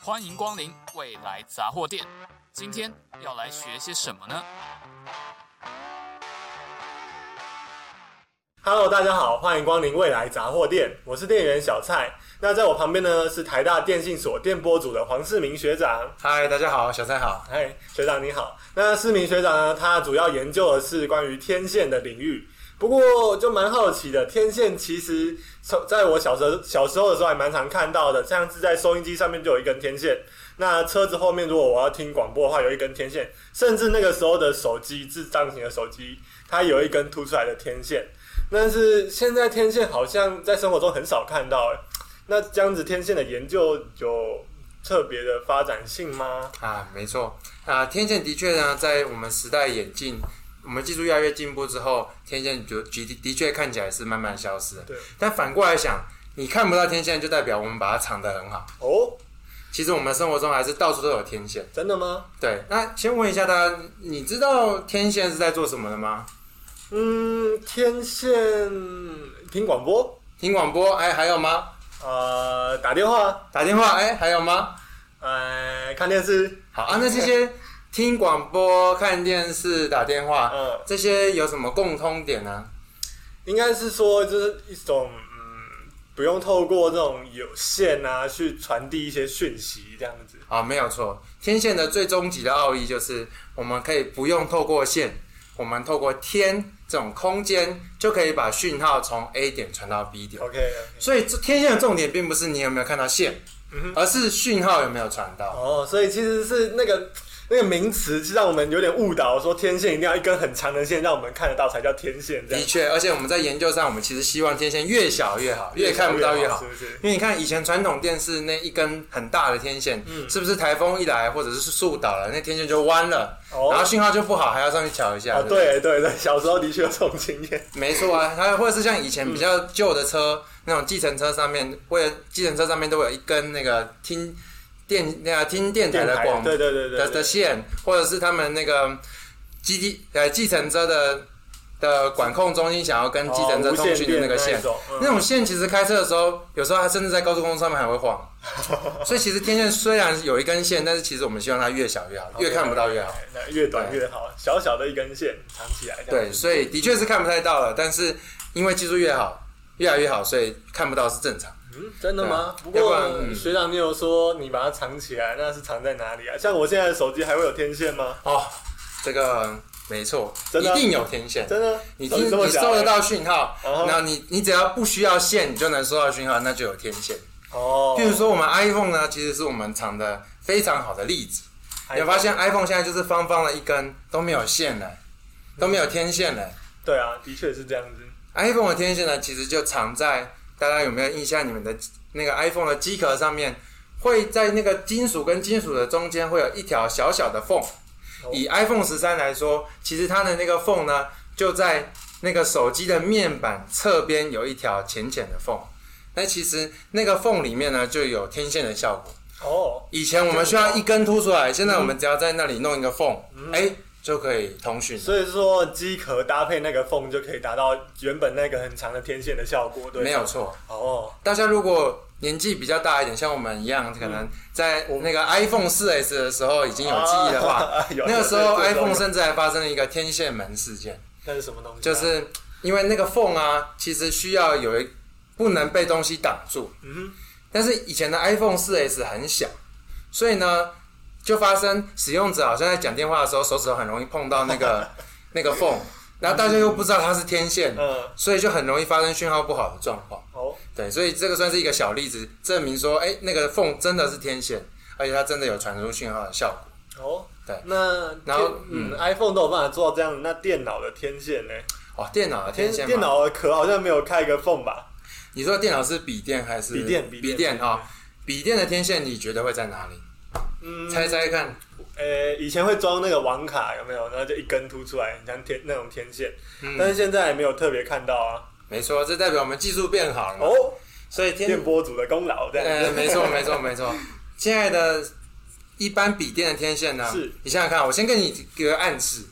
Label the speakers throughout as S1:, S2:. S1: 欢迎光临未来杂货店。今天要来学些什么呢？
S2: Hello，大家好，欢迎光临未来杂货店，我是店员小蔡。那在我旁边呢是台大电信所电波组的黄世明学长。
S3: 嗨，大家好，小蔡好。
S2: 嗨，学长你好。那世明学长呢，他主要研究的是关于天线的领域。不过就蛮好奇的，天线其实从在我小时候小时候的时候还蛮常看到的，像是在收音机上面就有一根天线。那车子后面如果我要听广播的话，有一根天线，甚至那个时候的手机智障型的手机，它有一根凸出来的天线。但是现在天线好像在生活中很少看到，欸那这样子天线的研究有特别的发展性吗？
S3: 啊，没错啊，天线的确呢，在我们时代演进，我们技术越来越进步之后，天线就的的确看起来是慢慢消失。
S2: 对，
S3: 但反过来想，你看不到天线，就代表我们把它藏得很好。
S2: 哦，
S3: 其实我们生活中还是到处都有天线。
S2: 真的吗？
S3: 对，那先问一下大家，你知道天线是在做什么的吗？
S2: 嗯，天线听广播，
S3: 听广播，哎，还有吗？
S2: 呃，打电话，
S3: 打电话，哎，还有吗？
S2: 呃，看电视，
S3: 好啊，那这些听广播、看电视、打电话，
S2: 嗯
S3: 这些有什么共通点呢？
S2: 应该是说就是一种嗯，不用透过这种有线啊去传递一些讯息这样子。
S3: 啊，没有错。天线的最终极的奥义就是，我们可以不用透过线，我们透过天这种空间，就可以把讯号从 A 点传到 B 点。
S2: OK，,
S3: 所以，这天线的重点并不是你有没有看到线，而是讯号有没有传到。
S2: 嗯哦，所以其实是那个那个名词是让我们有点误导，说天线一定要一根很长的线让我们看得到才叫天线这
S3: 的
S2: 样。
S3: 确，而且我们在研究上，我们其实希望天线越小越好，越看不到越好。
S2: 是不是？
S3: 因为你看以前传统电视那一根很大的天线，
S2: 嗯
S3: 是不是台风一来或者是树倒了，那天线就弯了，
S2: 哦
S3: 然后信号就不好，还要上去瞧一下。
S2: 啊，
S3: 不
S2: 对对对，小时候的确有这种经验。
S3: 没错啊，还有或者是像以前比
S2: 嗯
S3: 较旧的车，那种计程车上面，为了计程车上面都会有一根那个听电那个听 电台
S2: 电
S3: 的
S2: 台
S3: 广
S2: 对对对对
S3: 的的
S2: 对，
S3: 线，或者是他们那个基地呃计程车的的管控中心想要跟计程车
S2: 哦无
S3: 通
S2: 线
S3: 讯的那个
S2: 电那
S3: 线
S2: 一种嗯，
S3: 那种线其实开车的时候，有时候它甚至在高速公路上面还会晃。所以其实天线虽然有一根线，但是其实我们希望它越小越好，越看不到越好。
S2: 哎那越短越好，小小的一根线藏起来。
S3: 对，，所以的确是看不太到了，但是因为技术越好，越来越好，所以看不到是正常。
S2: 嗯，真的吗？不
S3: 对啊要
S2: 过
S3: 不然嗯
S2: 学长，你有说你把它藏起来，那是藏在哪里啊？像我现在的手机还会有天线吗？
S3: 哦，这个没错，
S2: 真的啊
S3: 一定有天线。
S2: 真的？
S3: 你
S2: 手
S3: 听
S2: 机
S3: 你
S2: 这么小啊
S3: 收得到讯号，
S2: 嗯哼
S3: 然后你你只要不需要线，你就能收到讯号，那就有天线。
S2: 哦
S3: 譬，如说我们 iPhone 呢，其实是我们藏的非常好的例子。
S2: 还
S3: 你有发现 iPhone 现在就是方方的一根都没有线了，都没有天线了。
S2: 对啊，的确是这样子。
S3: iPhone 的天线呢，其实就藏在大家有没有印象？你们的那个 iPhone 的机壳上面，会在那个金属跟金属的中间会有一条小小的缝。以 iPhone 十三来说，其实它的那个缝呢，就在那个手机的面板侧边有一条浅浅的缝。那其实那个缝里面呢，就有天线的效果。
S2: 哦，
S3: 以前我们需要一根凸出来，现在我们只要在那里弄一个缝，哎、就可以通讯了。
S2: 所以说机壳搭配那个缝就可以达到原本那个很长的天线的效果，对吗？
S3: 没有错。
S2: 哦，
S3: 大家如果年纪比较大一点，像我们一样，可能在那个 iPhone 4 S 的时候已经有记忆的话
S2: 嗯 啊，有
S3: 那个时候
S2: 有有有
S3: iPhone 甚至还发生了一个天线门事件，
S2: 那是什么东西啊？
S3: 就是因为那个缝啊，其实需要有一不能被东西挡住，
S2: 嗯
S3: 但是以前的 iPhone 4 S 很小，所以呢，就发生使用者好像在讲电话的时候，手指头很容易碰到那 个那个缝，然后大家又不知道它是天线
S2: 哼，，嗯，
S3: 所以就很容易发生讯号不好的状况。
S2: 哦，
S3: 对，所以这个算是一个小例子，证明说，哎、那个缝真的是天线，而且它真的有传输讯号的效果。
S2: 哦，
S3: 对
S2: 那
S3: 然后
S2: 电嗯，iPhone 都有办法做到这样，那电脑的天线呢？
S3: 哦，电脑的天
S2: 天
S3: 线吗
S2: 电，脑的壳好像没有开一个缝吧？
S3: 你说电脑是笔电还是
S2: 笔电笔
S3: 笔
S2: 电
S3: 电啊，哦笔电的天线你觉得会在哪里？
S2: 嗯，
S3: 猜猜看，
S2: 呃，以前会装那个网卡有没有？然后就一根凸出来，很像天那种天线，
S3: 嗯
S2: 但是现在也没有特别看到啊。
S3: 没错，这代表我们技术变好了嘛。
S2: 哦，
S3: 所以天
S2: 电波组的功劳这样
S3: 呃，
S2: 子。
S3: 没错，没错，没错。亲爱的，一般笔电的天线呢？
S2: 是
S3: 你想想看，我先给你一个暗示。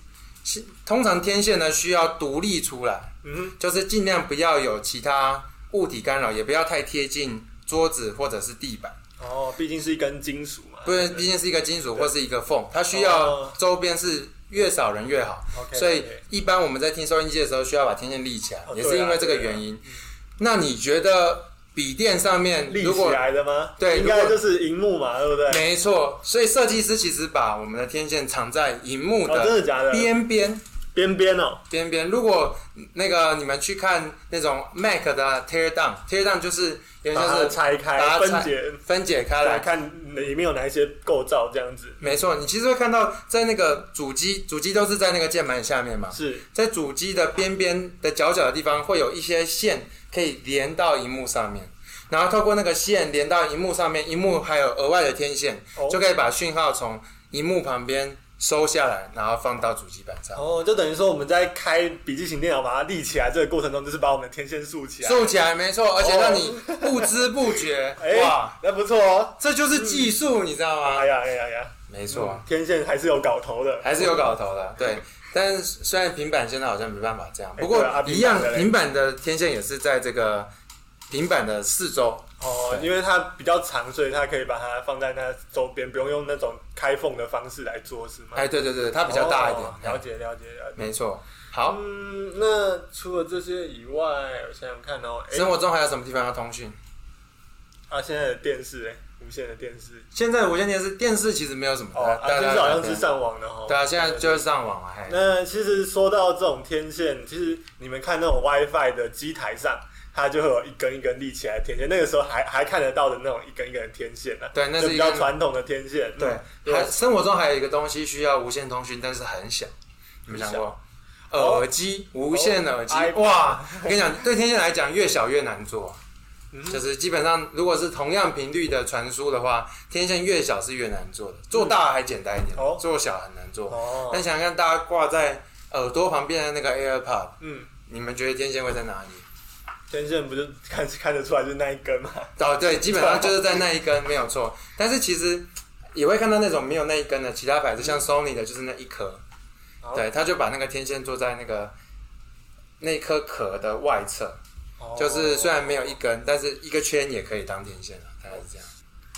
S3: 其通常天线呢需要独立出来，
S2: 嗯，
S3: 就是尽量不要有其他物体干扰，也不要太贴近桌子或者是地板。
S2: 哦，毕竟是一根金属嘛。
S3: 不
S2: 对
S3: 是，
S2: 对
S3: 毕竟是一个金属或是一个缝，它需要
S2: 哦
S3: 周边是越少人越好。
S2: OK，
S3: 所以
S2: OK
S3: 一般我们在听收音机的时候，需要把天线立起来，
S2: 哦
S3: 也
S2: 对
S3: 是
S2: 啊
S3: 因为这个
S2: 对啊
S3: 原因。那你觉得笔电上面
S2: 立
S3: 如
S2: 起
S3: 果
S2: 来的吗？
S3: 对
S2: 应
S3: 如
S2: 该
S3: 果
S2: 就是荧幕嘛，对不对？
S3: 没错，所以设计师其实把我们的天线藏在荧幕
S2: 哦真的
S3: 的
S2: 假的
S3: 边边
S2: 边边哦，
S3: 边边。如果那个你们去看那种 Mac 的 tear down，tear down 就是原
S2: 把
S3: 就
S2: 它
S3: 是
S2: 拆
S3: 把
S2: 开、
S3: 它
S2: 分
S3: 拆
S2: 解
S3: 分解开
S2: 来
S3: 来。
S2: 看里面有哪一些构造，这样子
S3: 没错，你其实会看到在那个主机，主机都是在那个键盘下面嘛，
S2: 是
S3: 在主机的边边的角角的地方会有一些线可以连到荧幕上面，然后透过那个线连到荧幕上面，荧幕还有额外的天线，
S2: 哦
S3: 就可以把讯号从荧幕旁边收下来，然后放到主机板上。
S2: 哦，就等于说我们在开笔记型电脑把它立起来这个过程中，就是把我们的天线竖起来。
S3: 竖起来没错，而且让你不知不觉，
S2: 哦 哎、
S3: 哇，
S2: 那不错哦。
S3: 这就是技术，你知道吗
S2: 哎？呀哎呀哎呀，
S3: 没错，
S2: 天线还是有搞头的。
S3: 还是有搞头
S2: 嗯
S3: 的，对。但虽然平板现在好像没办法这样，不过
S2: 对啊
S3: 一样
S2: 平板的，嘞
S3: 平板的天线也是在这个平板的四周，
S2: 哦，因为它比较长，所以它可以把它放在那周边，不用用那种开缝的方式来做，是吗？
S3: 哎，对对对，它比较大一点
S2: 哦，了解了解了解。
S3: 没错。好，
S2: 嗯，那除了这些以外，我想想看哦，哎、
S3: 生活中还有什么地方要通讯？
S2: 啊，现在的电视哎、无线的电视
S3: 现在无线电视，电视其实没有什么，
S2: 哦，啊，
S3: 大
S2: 电
S3: 家
S2: 视好像是上网的哦。
S3: 对啊，现在就是上网了，哎，
S2: 那其实说到这种天线，其实你们看那种 WiFi 的机台上，它就会有一根一根立起来的天线，那个时候还还看得到的那种一根一根的天线呢、啊。
S3: 对那是
S2: 就比较
S3: 一根
S2: 传统的天线。嗯
S3: 对，还生活中还有一个东西需要无线通讯，但是很小，你们想过？
S2: 哦
S3: 耳机，无线耳机
S2: 哦，iPod
S3: 哇！我跟你讲，对天线来讲，越小越难做。
S2: 嗯
S3: 就是基本上，如果是同样频率的传输的话，天线越小是越难做的，做大还简单一点
S2: 嗯哦，
S3: 做小很难做。
S2: 哦，
S3: 但想想看，大家挂在耳朵旁边的那个 AirPod，
S2: 嗯，
S3: 你们觉得天线会在哪里？
S2: 天线不就看看得出来就是那一根嘛？
S3: 哦，对，基本上就是在那一根，没有错。但是其实也会看到那种没有那一根的，其他牌子像 Sony 的，就是那一颗
S2: 哦，
S3: 对，他就把那个天线做在那个那颗壳的外侧，
S2: 哦
S3: 就是虽然没有一根，但是一个圈也可以当天线了，大概是这样。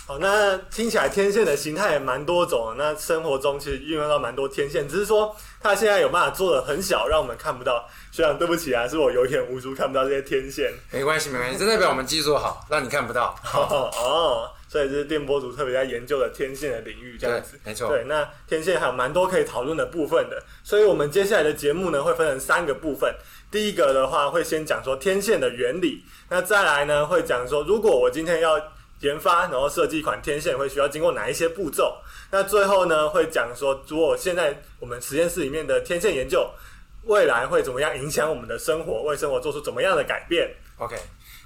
S2: 好，那听起来天线的形态也蛮多种的。那生活中其实运用到蛮多天线，只是说它现在有办法做的很小，让我们看不到。学长，对不起啊，是我有眼无珠，看不到这些天线。
S3: 没关系，没关系，这代表我们技术好，让你看不到。
S2: 哦哦，所以这是电波组特别在研究的天线的领域，这样子。
S3: 对没错
S2: 对，那天线还有蛮多可以讨论的部分的，所以我们接下来的节目呢会分成三个部分。第一个的话会先讲说天线的原理，那再来呢会讲说，如果我今天要研发然后设计一款天线，会需要经过哪一些步骤？那最后呢会讲说，如果现在我们实验室里面的天线研究。未来会怎么样影响我们的生活？为生活做出怎么样的改变？
S3: OK，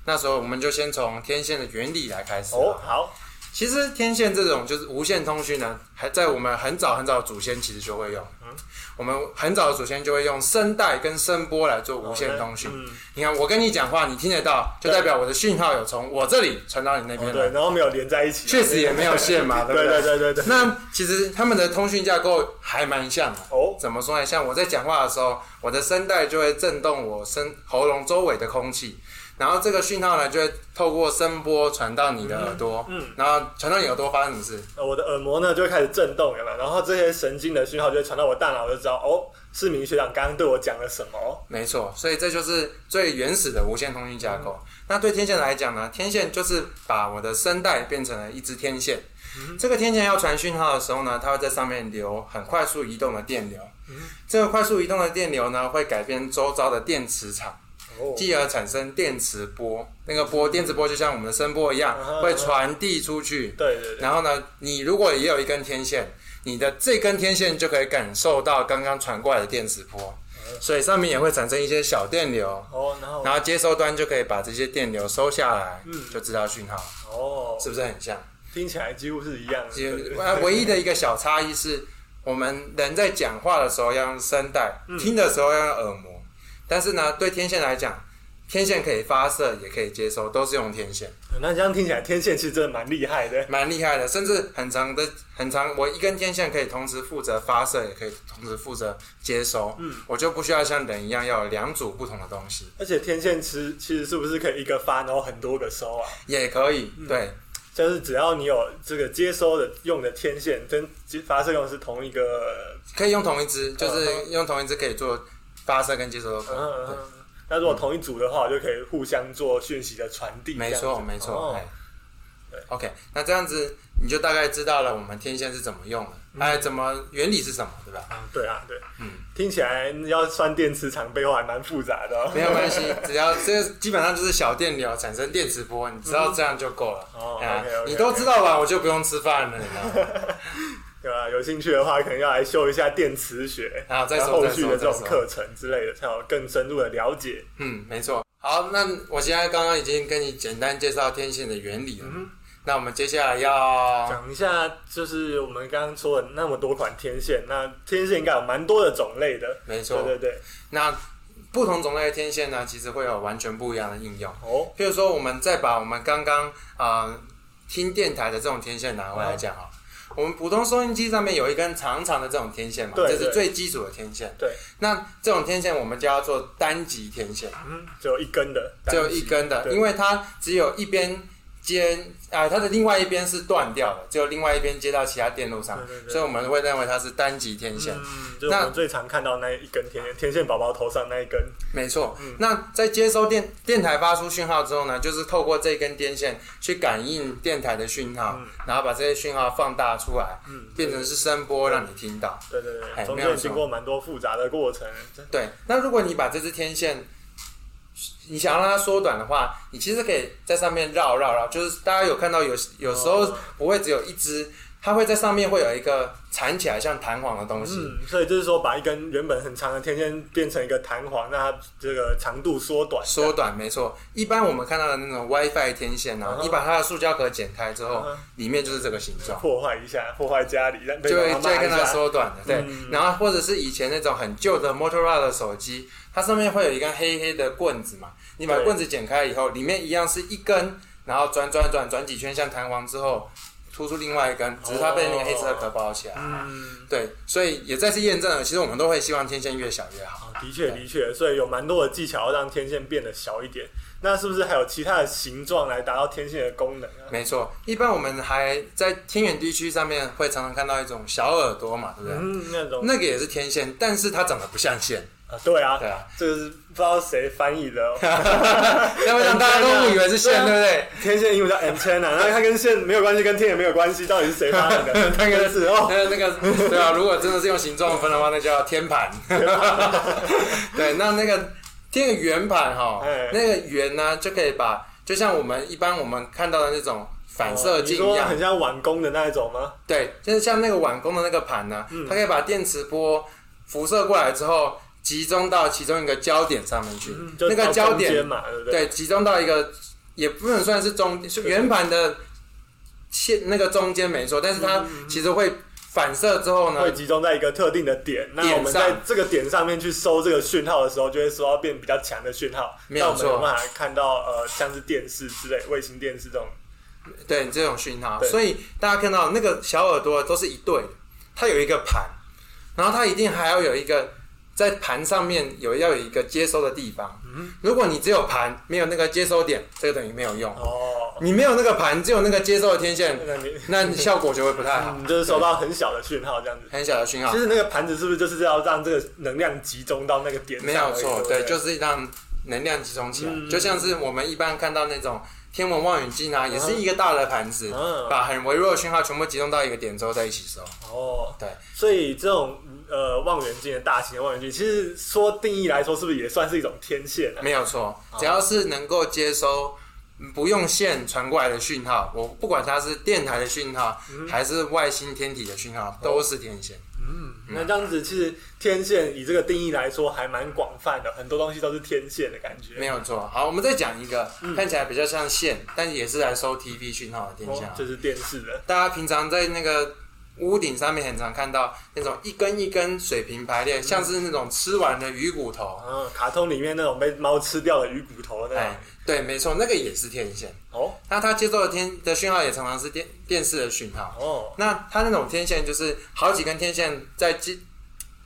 S3: 那时候我们就先从天线的原理来开始。啊
S2: 哦，，好，
S3: 其实天线这种就是无线通讯呢，还在我们很早很早的祖先其实就会用。嗯我们很早的祖先就会用声带跟声波来做无线通讯。
S2: 嗯
S3: 你看，我跟你讲话，你听得到，就
S2: 对
S3: 代表我的讯号有从我这里传到你那边来
S2: 哦对，。然后没有连在一起，
S3: 确实也没有 线嘛，对不
S2: 对对对对对。
S3: 那其实他们的通讯架构还蛮像的。
S2: 哦
S3: 怎么说呢？像我在讲话的时候，我的声带就会震动我声喉咙周围的空气，然后这个讯号呢就会透过声波传到你的耳朵，嗯，然后传到你耳朵发生什么事？
S2: 呃我的耳膜呢就会开始震动，有没有？然后这些神经的讯号就会传到我大脑，我就知道哦，市民学长刚刚对我讲了什么。
S3: 没错，所以这就是最原始的无线通讯架构。那对天线来讲呢，天线就是把我的声带变成了一支天线。这个天线要传讯号的时候呢，它会在上面流很快速移动的电流。这个快速移动的电流呢，会改变周遭的电磁场，
S2: 哦
S3: 继而产生电磁波。那个波，电磁波就像我们的声波一样
S2: 嗯哼，
S3: 会传递出去。
S2: 对对对，
S3: 然后呢，你如果也有一根天线，你的这根天线就可以感受到刚刚传过来的电磁波，所以上面也会产生一些小电流，
S2: 哦，然后
S3: 然后接收端就可以把这些电流收下来，就知道讯号，
S2: 哦，
S3: 是不是很像？
S2: 听起来几乎是一样的。
S3: 其
S2: 对
S3: 实
S2: 对
S3: 呃唯一的一个小差异是，我们人在讲话的时候要用声带，听的时候要用耳膜，但是呢，对天线来讲，天线可以发射，也可以接收，都是用天线。
S2: 那这样听起来天线其实真的蛮厉害的。
S3: 蛮厉害的，甚至很长的很长，我一根天线可以同时负责发射，也可以同时负责接收。嗯，我就不需要像人一样要有两组不同的东西，
S2: 而且天线其实其实是不是可以一个发，然后很多个收啊？
S3: 嗯也可以、对。
S2: 就是只要你有这个接收的用的天线跟发射用是同一个，
S3: 可以用同一只，就是用啊同一只可以做发射跟接收都可
S2: 嗯
S3: 以。
S2: 嗯嗯，那如果同一组的话，我就可以互相做讯息的传递。
S3: 没
S2: 这样
S3: 错，
S2: 子
S3: 没错。
S2: 哦
S3: 哎、OK，那这样子你就大概知道了我们天线是怎么用的，哎、怎么原理是什么，对吧？
S2: 对啊，对，
S3: 嗯
S2: 听起来要算电磁场背后还蛮复杂的哦、
S3: 没有关系，只要这基本上就是小电流产生电磁波，你知道这样就够了。
S2: 嗯哦
S3: 哎呀
S2: OK，OK，OK
S3: 你都知道吧？我就不用吃饭了，你知道吗？
S2: 对啊，有兴趣的话，可能要来修一下电磁学，
S3: 啊再说
S2: 后续的这
S3: 再
S2: 种
S3: 说
S2: 课程之类的，才有更深入的了解。
S3: 嗯，没错。好，那我现在刚刚已经跟你简单介绍天线的原理了，
S2: 嗯
S3: 那我们接下来要
S2: 讲一下，就是我们刚刚说的那么多款天线，那天线应该有蛮多的种类的。
S3: 没错
S2: 对对对，
S3: 那不同种类的天线呢，其实会有完全不一样的应用。
S2: 哦，
S3: 譬如说，我们再把我们刚刚啊听电台的这种天线拿
S2: 嗯
S3: 回来讲啊，我们普通收音机上面有一根长长的这种天线嘛，
S2: 对
S3: 这是
S2: 对
S3: 最基础的天线。
S2: 对，
S3: 那这种天线我们就要做单极天线，
S2: 嗯，只有一根的，
S3: 只有一根的，
S2: 对
S3: 因为它只有一边接啊、它的另外一边是断掉的，只有另外一边接到其他电路上，
S2: 对对对
S3: 所以我们会认为它是单极天线。
S2: 嗯，就是我
S3: 那
S2: 们最常看到那一根天线，天线宝宝头上那一根。
S3: 没错，
S2: 嗯
S3: 那在接收电电台发出讯号之后呢，就是透过这根电线去感应电台的讯号，
S2: 嗯
S3: 然后把这些讯号放大出来，变成是声波让你听到。
S2: 对对对，
S3: 哎
S2: 中
S3: 没有
S2: 间
S3: 错
S2: 经过蛮多复杂的过程。真
S3: 对，那如果你把这支天线，你想要让它缩短的话，你其实可以在上面绕绕绕，就是大家有看到有有时候
S2: 哦
S3: 不会只有一支，它会在上面会有一个缠起来像弹簧的东西。
S2: 嗯，所以就是说，把一根原本很长的天线变成一个弹簧，让它这个长度缩短。
S3: 缩短没错，一般我们看到的那种 WiFi 天线呢、
S2: 嗯
S3: 啊，
S2: 哼
S3: 你把它的塑胶壳剪开之后
S2: 嗯哼，
S3: 里面就是这个形状。
S2: 破坏一下，破坏家里，让被
S3: 就会
S2: 妈妈
S3: 就会
S2: 骂一
S3: 跟它
S2: 下。
S3: 缩短的，对。
S2: 嗯
S3: 然后或者是以前那种很旧的 Motorola 的手机，它上面会有一根黑黑的棍子嘛，你把
S2: 对
S3: 棍子剪开以后，里面一样是一根，然后转转转转几圈像弹簧之后，突出另外一根，只是它被那个黑色的壳包起来。
S2: 嗯，
S3: 对，所以也再次验证了，其实我们都会希望天线越小越
S2: 哦
S3: 好。
S2: 的确的确，所以有蛮多的技巧要让天线变得小一点。那是不是还有其他的形状来达到天线的功能啊？
S3: 没错，一般我们还在偏远地区上面会常常看到一种小耳朵嘛，对不对？
S2: 嗯，那种
S3: 那个也是天线，但是它长得不像线，
S2: 啊，对啊，
S3: 对啊，
S2: 这个是不知道谁翻译 的哦、
S3: 要不然大家都误以为是线，
S2: 对啊
S3: 对不对？
S2: 天线英文叫 antenna，那它跟线没有关系，跟天也没有关系，到底是谁发明的？
S3: 那
S2: 真
S3: 个
S2: 是哦，
S3: 那个那个，对啊，如果真的是用形状分的话，那叫天 盘。对，那那个天个圆盘哈
S2: 哎，
S3: 那个圆呢就可以把，就像我们一般我们看到的那种反射
S2: 你
S3: 镜一
S2: 说
S3: 样，
S2: 很像碗工的那一种吗？
S3: 对，就是像那个碗工的那个盘呢，
S2: 嗯
S3: 它可以把电磁波辐射过来之后，集中到其中一个焦点上面去，
S2: 嗯就
S3: 那个
S2: 到
S3: 焦
S2: 中间
S3: 点
S2: 嘛，对不对？
S3: 对，集中到一个也不能算是中，是圆盘的线那个中间没错，但是它其实会反射之后呢
S2: 嗯会，集中在一个特定的点，那
S3: 点
S2: 我们
S3: 上
S2: 在这个点上面去收这个讯号的时候，就会收到变比较强的讯号。
S3: 没有
S2: 那我们
S3: 错
S2: 有办法看到呃，像是电视之类、卫星电视这种。
S3: 对这种讯号，
S2: 对
S3: 所以大家看到那个小耳朵都是一对的，它有一个盘，然后它一定还要有一个在盘上面有要有一个接收的地方。
S2: 嗯
S3: 如果你只有盘没有那个接收点，这个等于没有用。
S2: 哦，
S3: 你没有那个盘，只有那个接收的天线，
S2: 那你
S3: 那你效果就会不太好
S2: 嗯，，就是收到很小的讯号这样子。
S3: 很小的讯号
S2: 其，实那个盘子是不是就是要让这个能量集中到那个点上而
S3: 没
S2: 已？
S3: 有错，对，就是是让能量集中起来，
S2: 嗯
S3: 就像是我们一般看到那种天文望远镜啊，也是一个大的盘子，
S2: 嗯
S3: 把很微弱的讯号全部集中到一个点之后再一起收。
S2: 哦。
S3: 对，
S2: 所以这种呃望远镜的大型的望远镜，其实说定义来说，是不是也算是一种天线啊？
S3: 没有错，只要是能够接收嗯不用线传过来的讯号，我不管它是电台的讯号、
S2: 嗯
S3: 还是外星天体的讯
S2: 哦
S3: 号，都是天线。嗯
S2: 那这样子，其实天线以这个定义来说，还蛮广泛的，很多东西都是天线的感觉。
S3: 没有错。好，我们再讲一个、
S2: 嗯
S3: 看起来比较像线，但也是来收 TV 讯号的天线
S2: 哦
S3: 啊。
S2: 这是电视的，
S3: 大家平常在那个屋顶上面很常看到那种一根一根水平排列，像是那种吃完的鱼骨头。
S2: 嗯，卡通里面那种被猫吃掉的鱼骨头那样
S3: 哎。，对，没错，那个也是天线。
S2: 哦
S3: 那它接受的天的讯号也常常是电电视的讯号。
S2: 哦，
S3: 那它那种天线就是好几根天线在接，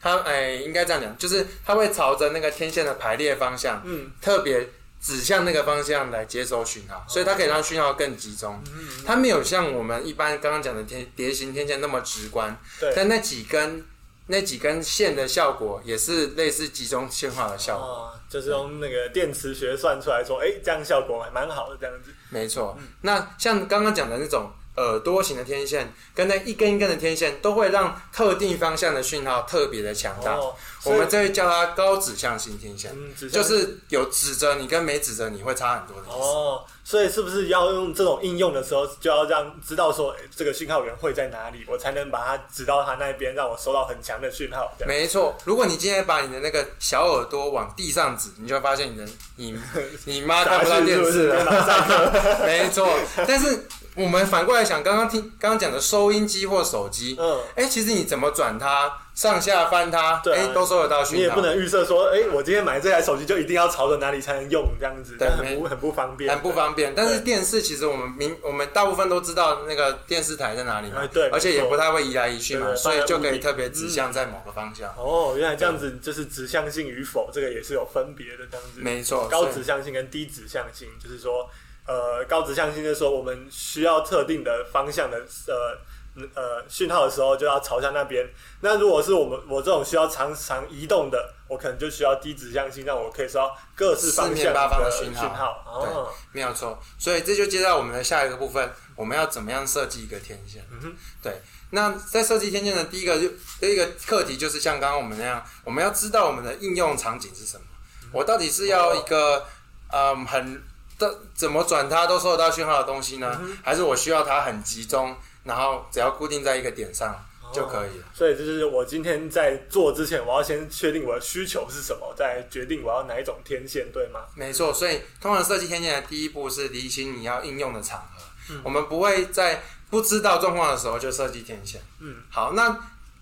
S3: 它哎、应该这样讲，就是它会朝着那个天线的排列方向，
S2: 嗯，
S3: 特别指向那个方向来接收讯号，所以它可以让讯号更集中。
S2: 嗯
S3: 它没有像我们一般刚刚讲的天蝶形天线那么直观，
S2: 对，
S3: 但那几根那几根线的效果也是类似集中信号的效果。
S2: 哦，就是用那个电磁学算出来说，哎、这样效果还蛮好的，这样子。
S3: 没错，
S2: 嗯
S3: 那像刚刚讲的那种耳朵型的天线，跟那一根一根的天线，都会让特定方向的讯号特别的强大。
S2: 哦，
S3: 啊我们这会叫它高指向性天线，
S2: 嗯，指向
S3: 就是有指着你跟没指着你会差很多的意思。
S2: 哦，所以是不是要用这种应用的时候，就要让知道说、哎这个讯号源会在哪里，我才能把它指到它那边，让我收到很强的讯号。这样
S3: 没错，如果你今天把你的那个小耳朵往地上指，你就会发现你的你你妈看不到电视了。 没错，但是我们反过来想，刚刚听刚刚讲的收音机或手机，
S2: 嗯，
S3: 哎、其实你怎么转它，上下翻它，
S2: 对
S3: 哎、
S2: 啊
S3: 都收得到
S2: 你
S3: 讯
S2: 也
S3: 号。
S2: 不能预设说，哎、我今天买这台手机就一定要朝着哪里才能用，这样子，
S3: 对
S2: 但很
S3: 没
S2: 不很不方便，
S3: 很不方便，但是电视其实我们明我们大部分都知道那个电视台在哪里嘛
S2: 哎，对
S3: 而且也不太会移来移去
S2: 没
S3: 嘛，
S2: 错
S3: 所以就可
S2: 对
S3: 以特别指向在某个方向。
S2: 哦，原来这样子就是指向性与否，这个也是有分别的，这样子。
S3: 没错，
S2: 高
S3: 所
S2: 指
S3: 以
S2: 向性跟低指向性，就是说，呃，高指向性就是说我们需要特定的方向的呃嗯呃讯号的时候，就要朝向那边。那如果是我们我这种需要常常移动的，我可能就需要低指向性，让我可以收到各式方
S3: 四
S2: 向
S3: 面八方的
S2: 讯
S3: 讯号
S2: 哦，
S3: 没有错，所以这就接到我们的下一个部分，我们要怎么样设计一个天线？
S2: 嗯哼，
S3: 对。那在设计天线的第一个就第一个课题就是像刚刚我们那样，我们要知道我们的应用场景是什么。
S2: 嗯
S3: 我到底是要一个嗯很的怎么转它都收得到讯号的东西
S2: 嗯
S3: 呢，还是我需要它很集中，然后只要固定在一个点上
S2: 哦
S3: 就可以了？
S2: 所以就是我今天在做之前，我要先确定我的需求是什么，再决定我要哪一种天线，对吗？
S3: 没错，所以通常设计天线的第一步是厘清你要应用的场合。
S2: 嗯
S3: 我们不会在不知道状况的时候就设计天线。
S2: 嗯，
S3: 好，那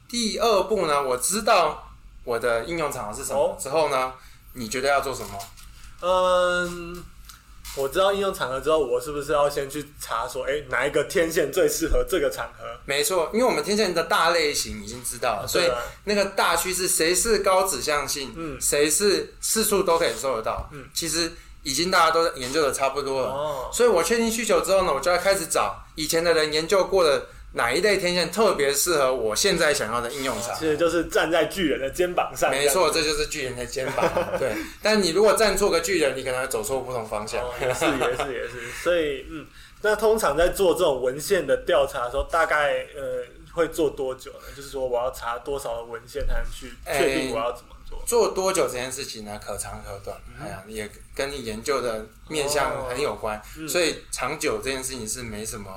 S3: 第二步呢？我知道我的应用场合是什么、
S2: 哦
S3: 之后呢？你觉得要做什么？
S2: 嗯，我知道应用场合之后，我是不是要先去查说，哎、哪一个天线最适合这个场合？
S3: 没错，因为我们天线的大类型已经知道了，所以
S2: 对啊
S3: 那个大趋势谁是高指向性，
S2: 嗯
S3: 谁是四处都可以收得到，
S2: 嗯
S3: 其实已经大家都研究的差不多了。
S2: 哦
S3: 所以我确定需求之后呢，我就要开始找以前的人研究过的哪一类天线特别适合我现在想要的应用场。
S2: 其实就是啊站在巨人的肩膀上，
S3: 没错，这就是巨人的肩膀。 对，但你如果站错个巨人，你可能会走错不同方
S2: 这
S3: 向。
S2: 样，哦，也是也是也是，所以嗯，那通常在做这种文献的调查的时候，大概呃会做多久呢？就是说我要查多少的文献才能去
S3: 哎
S2: 确定我要怎么做？
S3: 做多久这件事情呢，可长可短，
S2: 嗯
S3: 哎呀，也跟你研究的面向很有关，
S2: 嗯
S3: 所以长久这件事情是没什么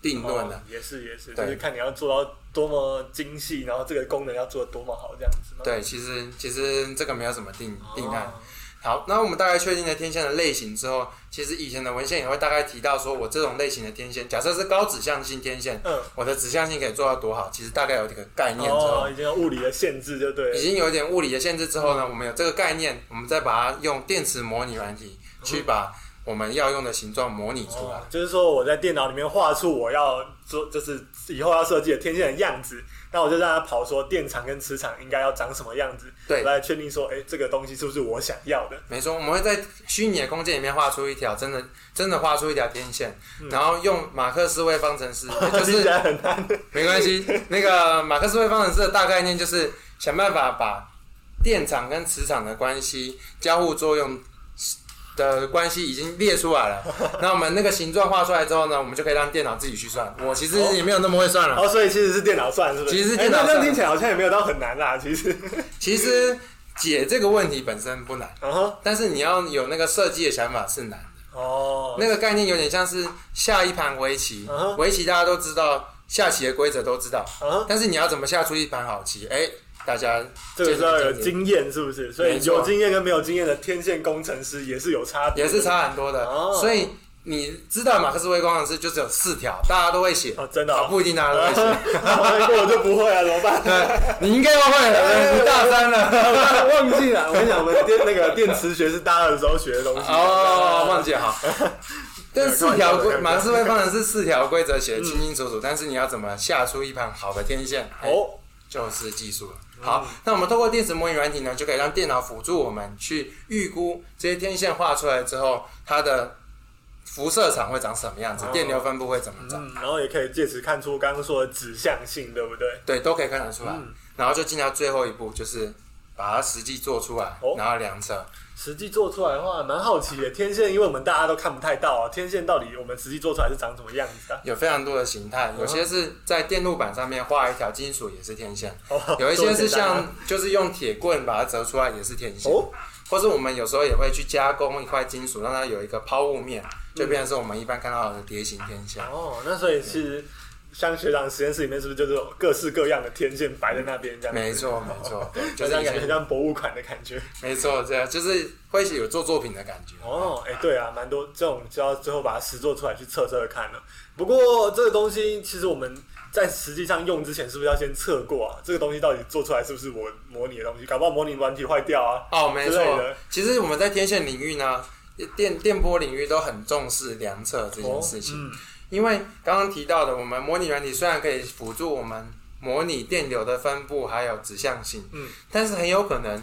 S3: 定论的。
S2: 哦也是也是，就
S3: 对
S2: 是看你要做到多么精细，然后这个功能要做的多么好，这样子吗？
S3: 对，其实其实这个没有什么定
S2: 哦，
S3: 定案。好，那我们大概确定了天线的类型之后，其实以前的文献也会大概提到说，我这种类型的天线，假设是高指向性天线，
S2: 嗯，
S3: 我的指向性可以做到多好，其实大概有这个概念之后
S2: 哦，，已经有物理的限制就对了
S3: 已。经有一点物理的限制之后呢，我们有这个概念，我们再把它用电磁模拟软体去把我们要用的形状模拟出来
S2: 嗯哦。，就是说我在电脑里面画出我要做，就是以后要设计的天线的样子，那我就让它跑说电场跟磁场应该要长什么样子，
S3: 对
S2: 来确定说，哎、这个东西是不是我想要的？
S3: 没错，我们会在虚拟的空间里面画出一条真的真的画出一条天线，
S2: 嗯
S3: 然后用马克思韦方程 式，也就
S2: 听起
S3: 是
S2: 来很难。
S3: 没关系。那个马克思韦方程式的大概念就是想办法把电场跟磁场的关系、交互作用的关系已经列出来 了。那我们那个形状画出来之后呢，我们就可以让电脑自己去算。我其实也没有那么会算了。
S2: 哦，所以其实是电脑算，是不是？
S3: 其实是电脑
S2: 哎
S3: 算
S2: 那这样听起来好像也没有到很难啦，其实。
S3: 其实解这个问题本身不难，
S2: 然后
S3: 但是你要有那个设计的想法是难的。
S2: 哦，
S3: 那个概念有点像是下一盘围棋
S2: 嗯哼，
S3: 围棋大家都知道，下棋的规则都知道，
S2: 啊，
S3: 但是你要怎么下出一盘好棋？哎，大家
S2: 这个是要有
S3: 见仁见智
S2: 经验，是不是？所以
S3: 没错
S2: 有经验跟没有经验的天线工程师也是有差别，
S3: 也是差很多的
S2: 哦，
S3: 所以你知道马克思韦方程式就只有四条，大家都会写，
S2: 哦，真的、
S3: 啊
S2: 哦。
S3: 不一 定大家都会写。
S2: 我就不会啊，怎么办？
S3: 你应该要会 了，你大三了。
S2: 哦忘记了，我跟你讲，我们电那个电磁学是大二的时候学的东西。
S3: 哦，忘记了好。 但四条
S2: 开玩笑
S3: 规
S2: 的
S3: 马克思韦方程式四条规则写的清清楚楚，但是你要怎么下出一盘好的天线，哎
S2: 哦，
S3: 就是技术了。好，那我们透过电子模拟软体呢，就可以让电脑辅助我们去预估这些天线画出来之后，它的辐射场会长什么样子，
S2: 哦
S3: 电流分布会怎么长，
S2: 嗯，然后也可以借此看出刚刚说的指向性，对不对？
S3: 对，都可以看得出来
S2: 嗯。
S3: 然后就进到最后一步，就是把它实际做出来
S2: 哦，
S3: 然后量测。
S2: 实际做出来的话，蛮好奇的。天线，因为我们大家都看不太到啊，天线到底我们实际做出来是长什么样子啊？
S3: 有非常多的形态，
S2: 嗯
S3: 有些是在电路板上面画一条金属，也是天线；
S2: 哦
S3: 有一些是
S2: 这么简单啊
S3: 像就是用铁棍把它折出来，也是天线。
S2: 哦，
S3: 或是我们有时候也会去加工一块金属，让它有一个抛物面，就变成是我们一般看到的蝶形天线。
S2: 哦，那所以其实像学长实验室里面是不是就是有各式各样的天线摆在那边这样？
S3: 没，错，没错，对
S2: 就是
S3: 就
S2: 哦这样
S3: 一
S2: 感觉很
S3: 些
S2: 像博物馆的感觉。
S3: 没错，这样就是会有做作品的感觉。
S2: 哦，哎、对啊，蛮多这种就要最后把它实做出来去测测看了。不过这个东西其实我们在实际上用之前，是不是要先测过啊？这个东西到底做出来是不是我模拟的东西？搞不好模拟软体坏掉啊。
S3: 哦，没
S2: 之
S3: 错
S2: 类的。
S3: 其实我们在天线领域呢，电电波领域都很重视量测这件事情，
S2: 哦嗯
S3: 因为刚刚提到的，我们模拟软体虽然可以辅助我们模拟电流的分布还有指向性，
S2: 嗯，
S3: 但是很有可能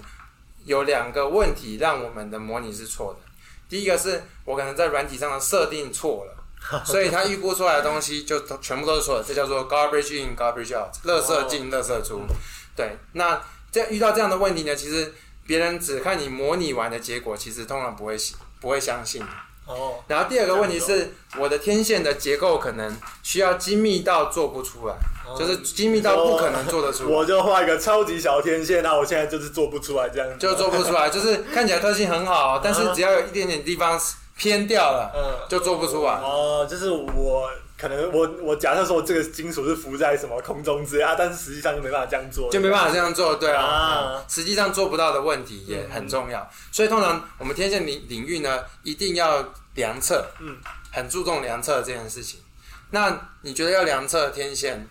S3: 有两个问题让我们的模拟是错的。第一个是我可能在软体上的设定错了，所以它预估出来的东西就都全部都是错的，这叫做 garbage in garbage out，垃圾进垃圾出。对，那这遇到这样的问题呢，其实别人只看你模拟完的结果，其实通常不会信不会相信你。
S2: 哦，
S3: 然后第二个问题是，我的天线的结构可能需要精密到做不出来，就是精密到不可能做得出来。
S2: 我就画一个超级小天线，那我现在就是做不出来这样子。
S3: 就做不出来，就是看起来特性很好，但是只要有一点点地方偏掉了，
S2: 嗯，
S3: 就做不出来。
S2: 哦，就是我可能我我假设说这个金属是浮在什么空中之类啊，但是实际上就没办法这样做，
S3: 就没办法这样做，对啊
S2: 啊，
S3: 嗯实际上做不到的问题
S2: 嗯
S3: 也很重要，所以通常我们天线领领域呢，一定要量测，
S2: 嗯，
S3: 很注重量测这件事情。那你觉得要量测天线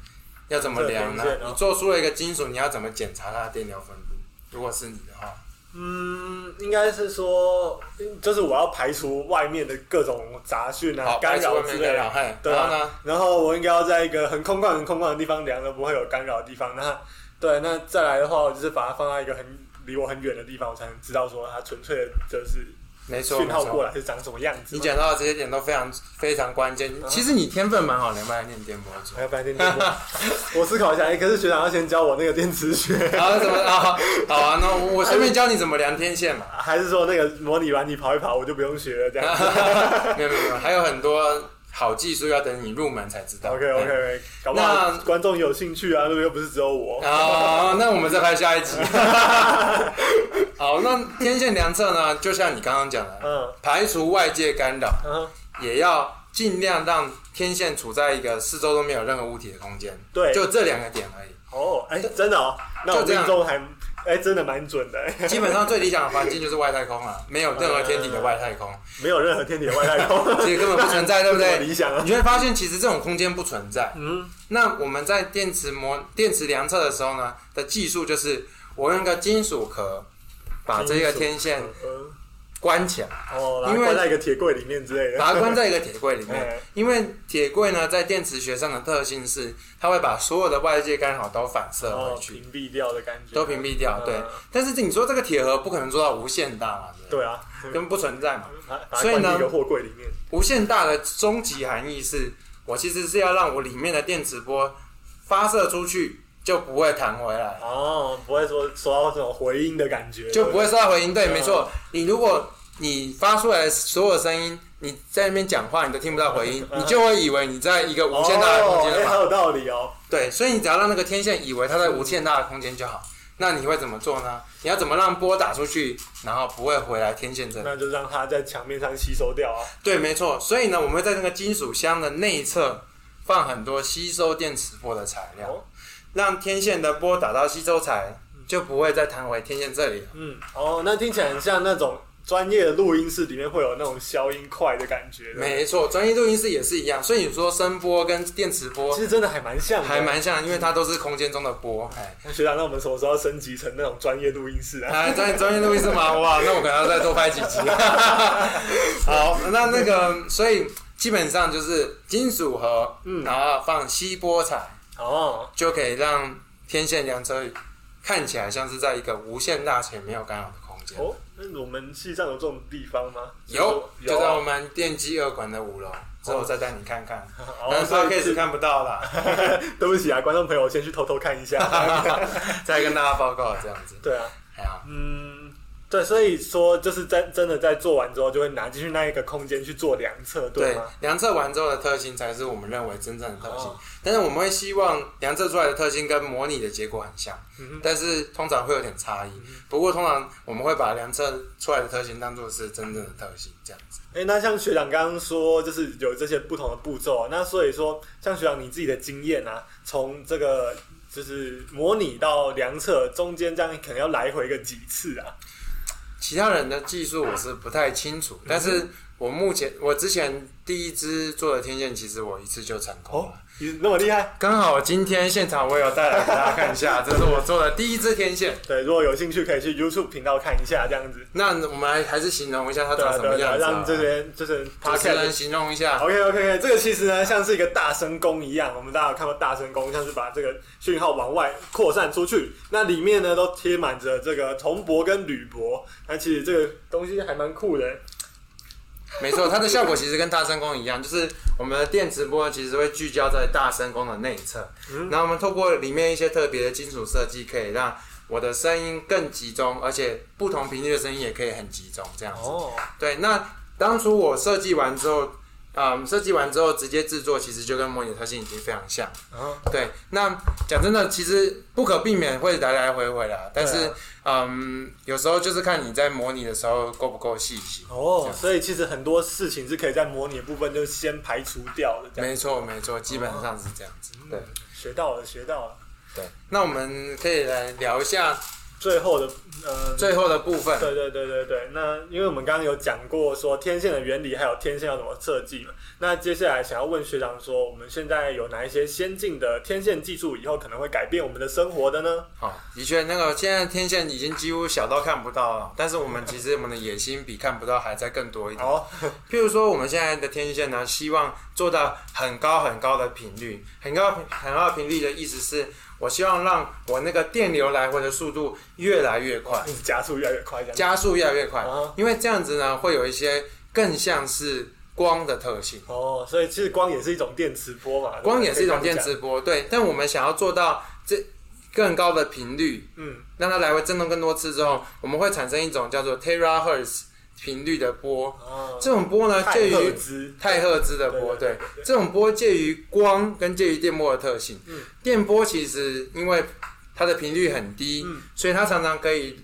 S3: 要怎么量
S2: 量
S3: 呢
S2: 测？天线哦
S3: 你做出了一个金属，你要怎么检查它的电流分布？如果是你的话，
S2: 嗯，应该是说，就是我要排除外面的各种杂讯啊
S3: 好、
S2: 干
S3: 排
S2: 扰
S3: 除外
S2: 之
S3: 面
S2: 类
S3: 干扰
S2: 的
S3: 嘿。
S2: 对啊
S3: 然后呢
S2: 然后我应该要在一个很空旷、很空旷的地方量，都不会有干扰的地方。那对，那再来的话，我就是把它放到一个很离我很远的地方，我才能知道说它纯粹的就是
S3: 没错，
S2: 讯号
S3: 没错
S2: 过来是长什么样子
S3: 你
S2: 嘛。
S3: 讲到的这些点都非常非常关键。
S2: 嗯
S3: 其实你天分蛮好的，蛮爱念电波组
S2: 我。要白天电波， 我思考一下。哎，可是学长要先教我那个电磁学，
S3: 然后怎么啊？好啊，那我我顺便教你怎么量天线嘛。
S2: 还是说那个模拟完你跑一跑，我就不用学了这 样子
S3: 没有没有没有，还有很多好技术要等你入门才知道。
S2: ？OK OK
S3: 对
S2: OK，搞不
S3: 哎那
S2: 好观众有兴趣啊，对不对？又不是只有 我。
S3: 啊、那我们再拍 下一集。好，那天线量测呢，就像你刚刚讲的，
S2: 嗯
S3: 排除外界干扰，
S2: 嗯。
S3: 也要尽量让天线处在一个四周都没有任何物体的空间。
S2: 对
S3: 就这两个点而已。
S2: 哦，哎、真的哦，那我
S3: 就这样
S2: 命中还，哎、真的蛮准的、哎
S3: 基本上最理想的环境就是外太空啊，没有任何天体的外太空，啊
S2: 没有任何天体的外太 空，
S3: 其实根本不存在，对不
S2: 这
S3: 对？
S2: 么理想啊
S3: 你就会发现，其实这种空间不存在。
S2: 嗯，
S3: 那我们在电池模、电池量测的时候呢，的技术就是我用一个金属壳把这个天线
S2: 嗯
S3: 关起来，
S2: 哦，然
S3: 因
S2: 后
S3: 为
S2: 关在一个铁柜里面之 类的，
S3: 把它关在一个铁柜里面
S2: 哎。
S3: 因为铁柜呢，在电磁学上的特性是，它会把所有的外界干扰都反射
S2: 哦，
S3: 回去，
S2: 屏蔽掉的感觉，
S3: 都屏蔽掉。对
S2: 嗯，
S3: 但是你说这个铁盒不可能做到无限大嘛，对不对
S2: 对啊，
S3: 根本不存在嘛。
S2: 把把它
S3: 所以
S2: 关
S3: 呢
S2: 进一个货柜里面，
S3: 无限大的终极含义是，我其实是要让我里面的电磁波发射出去，就不会弹回来，
S2: 哦，不会说收到这种回音的感觉，
S3: 就不会
S2: 对
S3: 受到回音。对，
S2: 嗯
S3: 没错。你如果你发出来的所有声音，你在那边讲话，你都听不到回音，
S2: 嗯
S3: 你就会以为你在一个
S2: 不对
S3: 无限大的空
S2: 哦哎
S3: 间
S2: 好
S3: 嘛。
S2: 有道理哦，
S3: 对，所以你只要让那个天线以为它在无限大的空间就好。那你会怎么做呢？你要怎么让波打出去，然后不会回来天线这里？
S2: 那就让它在墙面上吸收掉啊，
S3: 对，没错。所以呢，我们会在那个金属箱的内侧放很多吸收电磁波的材料，
S2: 哦
S3: 让天线的波打到吸收材，就不会再弹回天线这里了。
S2: 嗯，哦，那听起来很像那种专业的录音室里面会有那种消音块的感觉，对不对
S3: 没错，专业录音室也是一样。所以你说声波跟电磁波
S2: 其实真的还蛮像的，
S3: 还蛮像，因为它都是空间中的波。哎，
S2: 那学长，那我们什么时候要升级成那种专业录音室啊？
S3: 哎，专业专业录音室 吗？哇，那我可能要再多拍几集。好，那那个，所以基本上就是金属盒，
S2: 嗯
S3: 然后放吸波材，
S2: 哦，
S3: 就可以让天线量测看起来像是在一个无限大且没有干扰的空间。
S2: 哦，那我们系上有这种地方吗？
S3: 有，
S2: 有
S3: 就在我
S2: 哦。
S3: 们电机二馆的五楼，之后再带你看看。
S2: 哦
S3: 但是
S2: 所以
S3: 呃 podcast 看不到啦，
S2: 对不起啊，观众朋友，我先去偷偷看一 下。
S3: 再跟大家报告这样子。
S2: 对啊，
S3: 哎呀，
S2: 嗯，对，所以说就是真真的在做完之后，就会拿进去那一个空间去做量测，
S3: 对
S2: 吗？，
S3: 量测完之后的特性才是我们认为真正的特性
S2: 哦。
S3: 但是我们会希望量测出来的特性跟模拟的结果很像
S2: 嗯哼，嗯
S3: 但是通常会有点差异。不过通常我们会把量测出来的特性当做是真正的特性这样子。
S2: 哎、那像学长刚刚说，就是有这些不同的步骤啊、那所以说，像学长你自己的经验啊，从这个就是模拟到量测中间，这样可能要来回个几次啊？
S3: 其他人的技术我是不太清
S2: 嗯
S3: 楚，但是我目前我之前第一支做的天线，其实我一次就成功
S2: 哦
S3: 了。，
S2: 你那么厉害？
S3: 刚好今天现场我有带来给大家看一下，这是我做的第一支天 线。
S2: 对，如果有兴趣可以去 YouTube 频道看一下，这样子。
S3: 那我们还还是形容一下它
S2: 对
S3: 长
S2: 啊，
S3: 什
S2: 对啊
S3: 么
S2: 对啊，
S3: 样子、啊
S2: 让，这些就是
S3: 主持
S2: podcast
S3: 人形容一下。
S2: OK OK OK，这个其实呢像是一个大声公一样，我们大家有看过大声公，像是把这个讯号往外扩散出去，那里面呢都贴满着这个铜箔跟铝箔，那其实这个东西还蛮酷的。
S3: 没错，它的效果其实跟大声公一样，就是我们的电直播其实会聚焦在大声公的内侧，
S2: 嗯
S3: 然后我们透过里面一些特别的金属设计，可以让我的声音更集中，而且不同频率的声音也可以很集中，这样子。
S2: 哦，
S3: 对，那当初我设计完之后，嗯，设计完之后直接制作，其实就跟模拟特性已经非常像。对，那讲真的，其实不可避免会来来回回啦，但是、
S2: 对啊
S3: 嗯，有时候就是看你在模拟的时候够不够细心。
S2: 哦，所以其实很多事情是可以在模拟的部分就先排除掉的，这样
S3: 没错，没错，基本上是这样
S2: 哦
S3: 子。对
S2: 学到了，学到了。
S3: 对，那我们可以来聊一下
S2: 最后的呃，
S3: 最后的部分。
S2: 对对对对对，那因为我们刚刚有讲过说天线的原理，还有天线要怎么设计嘛。那接下来想要问学长说，我们现在有哪一些先进的天线技术，以后可能会改变我们的生活的呢？
S3: 好、的确，那个现在天线已经几乎小到看不到了，但是我们其实我们的野心比看不到还在更多一点。
S2: 好，
S3: 譬如说，我们现在的天线呢，希望做到很高很高的频率，很高很高的频率的意思是我希望让我那个电流来回的速度越来越快，
S2: 加速越来越快，这样。
S3: 加速越来越快
S2: 嗯啊，
S3: 因为这样子呢，会有一些更像是光的特性。
S2: 哦，所以其实光也是一种电磁波嘛，对不对
S3: 光也是一种电，磁波，对，但我们想要做到这更高的频率，
S2: 嗯，
S3: 让它来回震动更多次之后，我们会产生一种叫做 terahertz 频率的波。
S2: 哦，
S3: 这种波呢，
S2: 太
S3: 介
S2: 赫
S3: 于
S2: 兹，
S3: 太赫兹的波，
S2: 对对
S3: 对，这种波介于光跟介于电波的特性。
S2: 嗯
S3: 电波其实因为它的频率很低，
S2: 嗯
S3: 所以它常常可以，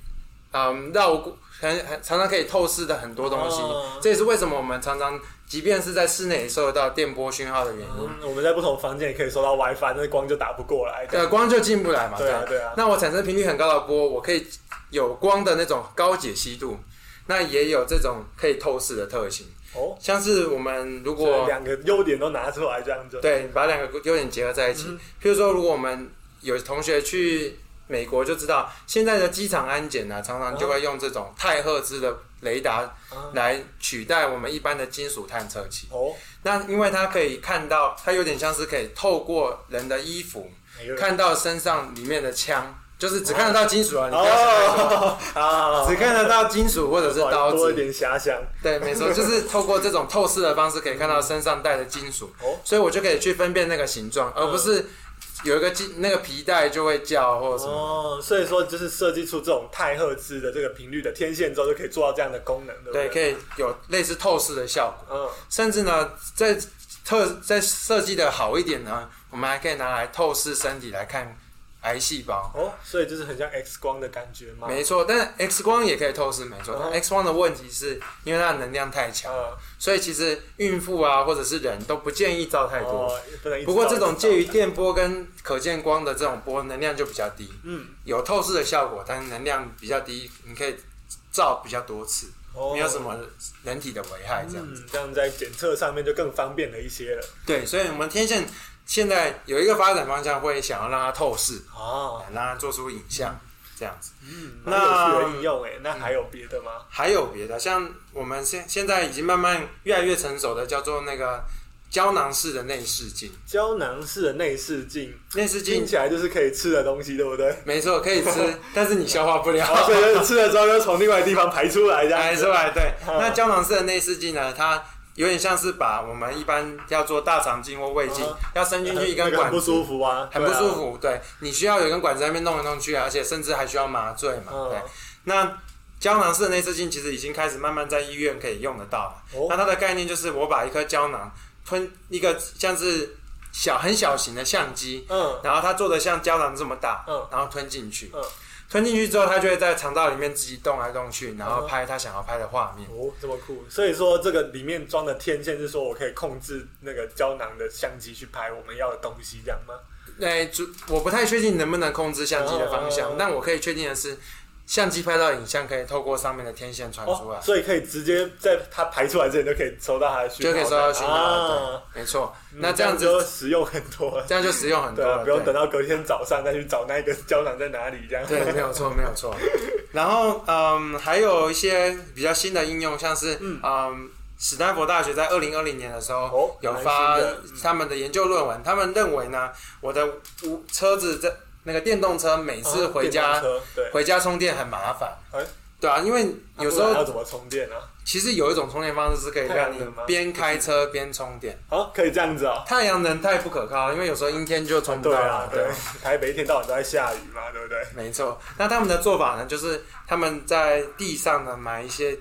S3: 嗯，绕过，很很常常可以透视的很多东西。
S2: 哦
S3: 这也是为什么我们常常，即便是在室内也收得到电波讯号的原因。
S2: 嗯，我们在不同房间也可以收到 WiFi，那光就打不过来。
S3: 呃，光就进不来嘛。
S2: 对啊
S3: 吧
S2: 对啊
S3: 那我产生频率很高的波，我可以有光的那种高解析度，那也有这种可以透视的特性。
S2: 哦，
S3: 像是我们如
S2: 所以
S3: 果
S2: 两个优点都拿出来，这样子。
S3: 对把两个优点结合在一起，
S2: 嗯
S3: 譬如说，如果我们有同学去美国就知道，现在的机场安检呢、啊常常
S2: 嗯
S3: 就会用这种太赫兹的雷达
S2: 啊
S3: 来取代我们一般的金属探测器。
S2: 哦，
S3: 那因为它可以看到，它有点像是可以透过人的衣服，
S2: 每个人
S3: 看到身上里面的枪，就是只看得到金属啊，你不要想太多
S2: 哦，啊，
S3: 只看得到金属或者是刀
S2: 多一
S3: 子。
S2: 点遐想。
S3: 对，没错，就是透过这种透视的方式可以看到身上带的金属
S2: 哦，嗯
S3: 所以我就可以去分辨那个形状，而不是有一个金那个皮带就会叫或者什么。
S2: 哦，所以说就是设计出这种太赫兹的这个频率的天线之后，就可以做到这样的功能，对不
S3: 对，可
S2: 以。
S3: 以有类似透视的效果，
S2: 嗯，
S3: 甚至呢，在特在设计的好一点呢，我们还可以拿来透视身体来看癌细胞。
S2: 哦，所以就是很像 X 光的感觉嘛。
S3: 没错，但是 X 光也可以透视，没错。
S2: 哦
S3: 但 X 光的问题是因为它的能量太强，
S2: 嗯，
S3: 所以其实孕妇啊或者是人都不建议照太多。
S2: 哦，不能一直
S3: 不过
S2: 照
S3: 这种
S2: 一直照
S3: 介于电波跟可见光的这种波能量就比较低，
S2: 嗯，
S3: 有透视的效果，但是能量比较低，你可以照比较多次，
S2: 哦
S3: 没有什么人体的危害这样子。
S2: 嗯，这样在检测上面就更方便了一些了。
S3: 对，所以我们天线现在有一个发展方向，会想要让它透视，
S2: 哦，
S3: 让它做出影像这样子。
S2: 蛮有趣的应用诶，
S3: 嗯
S2: 那还有别的吗？
S3: 还有别的，像我们现现在已经慢慢越来越成熟的叫做那个胶囊式的内视镜，
S2: 胶囊式的内视镜，
S3: 内视
S2: 听
S3: 镜
S2: 起来就是可以吃的东西，对不对？
S3: 没错可 以吃，但是你消化不了。
S2: 哦然后所以就是吃了之后又从另外地方排出来，这样
S3: 排出来。对，
S2: 嗯
S3: 那胶囊式的内视镜呢，它有点像是把我们一般要做大肠镜或胃镜
S2: 嗯，
S3: 要伸进去一根
S2: 那个
S3: 管
S2: 很不
S3: 子。
S2: 舒服啊，
S3: 很不舒服，对你需要有一根管子在那边弄来弄去啊，而且甚至还需要麻醉嘛。
S2: 嗯
S3: 对，那胶囊式的内视镜其实已经开始慢慢在医院可以用得到了。
S2: 哦
S3: 那它的概念就是我把一颗胶囊吞一个像是小很小型的相机，
S2: 对啊。
S3: 然后它做的像胶囊这么大，
S2: 嗯
S3: 然后吞进去，
S2: 嗯
S3: 吞进去之后，它就会在肠道里面自己动来动去，然
S2: 嗯
S3: 后
S2: 哼
S3: 拍它想要拍的画面。
S2: 嗯，哦，这么酷。所以说这个里面装的天线是说我可以控制那个胶囊的相机去拍我们要的东西，这样吗？
S3: 那哎主我不太确定能不能控制相机的方向，
S2: 嗯
S3: 但我可以确定的是，相机拍到影像可以透过上面的天线传出来，
S2: 哦，所以可以直接在它排出来之前就可以收到它的讯
S3: 就
S2: 号，
S3: 可以收到讯号了。
S2: 啊。
S3: 对，没错。
S2: 嗯
S3: 那这样子，
S2: 就实用很多了，
S3: 这样就实用很多
S2: 对啊，
S3: 了，
S2: 不用
S3: 对
S2: 等到隔天早上再去找那个胶囊在哪里这样。
S3: 对，没有错，没 有错。然后，嗯，还有一些比较新的应用，像是，
S2: 嗯
S3: 嗯，史丹佛大学在二零二零年的时候、
S2: 哦
S3: 有
S2: 蛮
S3: 发
S2: 新的
S3: 他们的研究论文，他们认为呢，我的无车子在那个电动车每次回家、
S2: 啊电动车对，
S3: 回家充电很麻烦，
S2: 哎
S3: 对啊，因为有时
S2: 那不然要
S3: 候
S2: 怎么充电啊？
S3: 其实有一种充电方式是可以让
S2: 太阳
S3: 你
S2: 能吗
S3: 边开车边充电，
S2: 好，可以这样子啊。
S3: 太阳能太不可靠，因为有时候阴天就充不
S2: 对
S3: 到
S2: 啊
S3: 了，，
S2: 对，台北一天到晚都在下雨嘛，对不对？
S3: 没错，那他们的做法呢，就是他们在地上呢买一些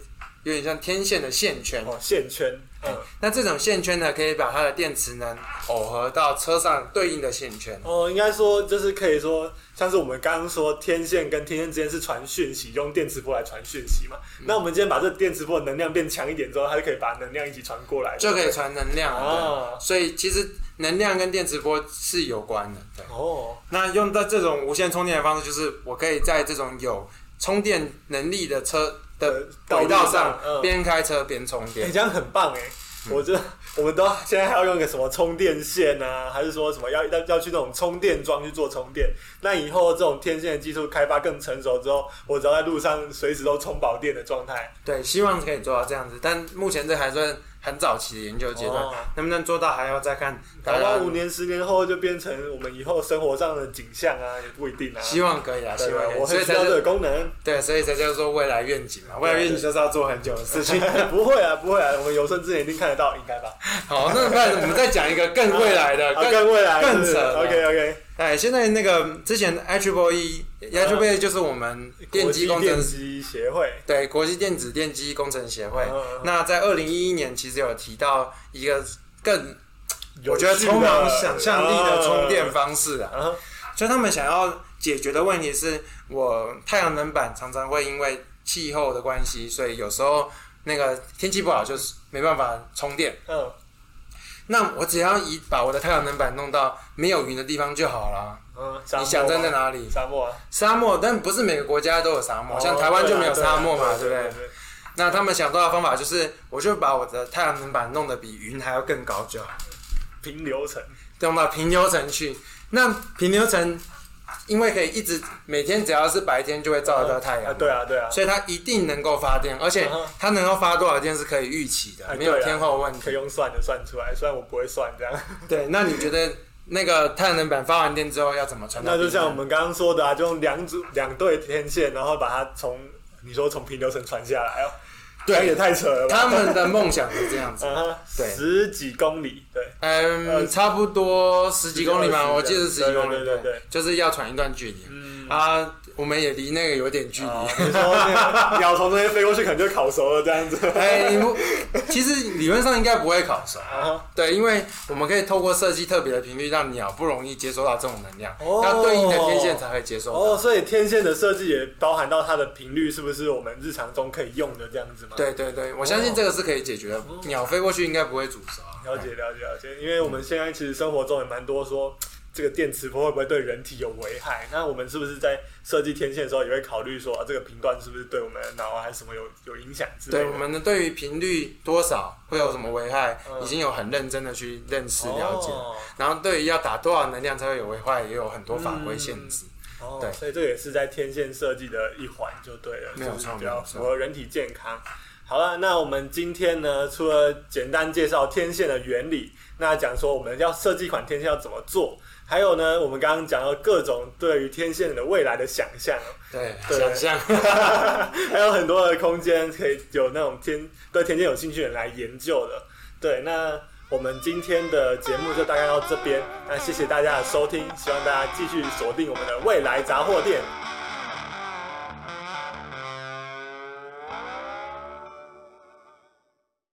S3: 有点像天线的线圈，
S2: 哦，线圈，嗯，
S3: 那这种线圈呢，可以把它的电池呢耦合到车上对应的线圈。
S2: 哦，应该说就是可以说，像是我们刚刚说天线跟天线之间是传讯息，用电磁波来传讯息嘛。
S3: 嗯
S2: 那我们今天把这电磁波的能量变强一点之后，它就可以把能量一起传过来，
S3: 就可
S2: 对
S3: 以
S2: 不对
S3: 传能量了。
S2: 啊
S3: 对。所以其实能量跟电磁波是有关的。对，
S2: 哦，
S3: 那用到这种无线充电的方式，就是我可以在这种有充电能力的车的
S2: 呃
S3: 轨道
S2: 道路上嗯
S3: 上边开车边充
S2: 你、
S3: 电。
S2: 这样很棒哎。
S3: 嗯
S2: 我这我们都现在还要用个什么充电线啊，还是说什么要要要去那种充电桩去做充电？那以后这种天线的技术开发更成熟之后，我只要在路上随时都充饱电的状态，
S3: 对，希望可以做到这样子，但目前这还算很早期的研究阶段，
S2: 哦
S3: 能不能做到还要再看大
S2: 搞不
S3: 家
S2: 好。五年、十年后就变成我们以后生活上的景象啊，也不一定啊。
S3: 希望可以啊，
S2: 对
S3: 希
S2: 对
S3: 望可
S2: 对
S3: 以，
S2: 我
S3: 所
S2: 很需
S3: 以才
S2: 要这个
S3: 是
S2: 功 能。
S3: 对，所以才叫做未来愿景嘛。未来愿景就是要做很久的事情。
S2: 不会啊，不会啊，我们有生之年一定看得到，应该吧？
S3: 好，那不然我们再讲一个更未来的，
S2: 啊，
S3: 更
S2: 更未来
S3: 更
S2: 是不是
S3: 扯的
S2: OK OK，
S3: 哎，现在那个之前 h b o e h b o e 就是我们电机工
S2: 嗯电
S3: 程师，
S2: 机协会
S3: 对，国际电子电机工程协会
S2: 嗯嗯嗯。
S3: 那在二零一一年，其实有提到一个更
S2: 有
S3: 我
S2: 趣
S3: 觉
S2: 的，
S3: 得充满想象力的充电
S2: 法。
S3: 方式啊，
S2: 啊哈，
S3: 就他们想要解决的问题是我太阳能板常常会因为气候的关系，所以有时候那个天气不好就是没办法充电。
S2: 嗯，
S3: 那我只要一把我的太阳能板弄到没有云的地方就好了。
S2: 嗯沙漠
S3: 你想站在
S2: 吗
S3: 哪里？
S2: 沙漠啊，
S3: 沙漠，但不是每个国家都有沙漠，像
S2: 啊
S3: 台湾就没有沙漠嘛，对
S2: 哦对
S3: 不
S2: 啊
S3: 对？？那他们想到的方法就是，我就把我的太阳能板弄得比云还要更高就好，
S2: 平流层，
S3: 弄到平流层去。那平流层因为可以一直每天只要是白天就会照得到太
S2: 啊，
S3: 阳，
S2: 对啊，对啊，
S3: 所以它一定能够发电，而且
S2: 嗯
S3: 它能够发多少电是可以预期
S2: 哎
S3: 的，没有
S2: 对啊
S3: 天候问
S2: 可以
S3: 题。
S2: 用算的算出来，虽然我不会算这样。
S3: 对，那你觉得那个太阳能板发完电之后要怎么传到
S2: 那
S3: 地面？
S2: 就像我们刚刚说的啊，就用两组两对天线，然后把它从你说从平流层传下来哦，这样也
S3: 对，
S2: 太扯了吧？
S3: 他们的梦想是这样子。
S2: 啊哈，
S3: 对
S2: 十几公里，对， 呃
S3: 嗯，差不多十几公里
S2: 十几
S3: 嘛，
S2: 公里
S3: 我记得十几公里，
S2: 对对对对
S3: 就是要喘一段距离。
S2: 嗯，
S3: 啊，我们也离那个有点距离。
S2: 哦 你说那个鸟从这边飞过去，可能就烤熟了这样子。
S3: 哎，你不，其实理论上应该不会烤 熟，
S2: 啊哈，
S3: 对，因为我们可以透过设计特别的频率，让鸟不容易接收到这种能量，
S2: 哦
S3: 要对应的天线才会接收
S2: 哦，
S3: 到。
S2: 所以天线的设计也包含到它的频率，是不是我们日常中可以用的这样子吗？，
S3: 对对对，我相信这个是可以解决的。
S2: 哦
S3: 鸟飞过去应该不会煮熟。啊
S2: 了解了解了解，因为我们现在其实生活中也蛮多说。这个电磁波会不会对人体有危害？那我们是不是在设计天线的时候也会考虑说，啊、这个频段是不是对我们的脑啊还是什么有有影响之类的？
S3: 对我们的对于频率多少会有什么危害，已经有很认真的去认识了解。
S2: 嗯哦
S3: 然后对于要打多少能量才会有危害，也有很多法规限制。
S2: 哦，
S3: 对
S2: 所以这个也是在天线设计的一环就对了，
S3: 没有
S2: 就是
S3: 错
S2: 比较
S3: 没有错
S2: 符合人体健康。好了，那我们今天呢，除了简单介绍天线的原理，那讲说我们要设计一款天线要怎么做，还有呢，我们刚刚讲到各种对于天线的未来的想象，
S3: 对，
S2: 对
S3: 想象
S2: 还有很多的空间可以有那种天对天线有兴趣的人来研究的。对，那我们今天的节目就大概到这边，那谢谢大家的收听，希望大家继续锁定我们的未来杂货店，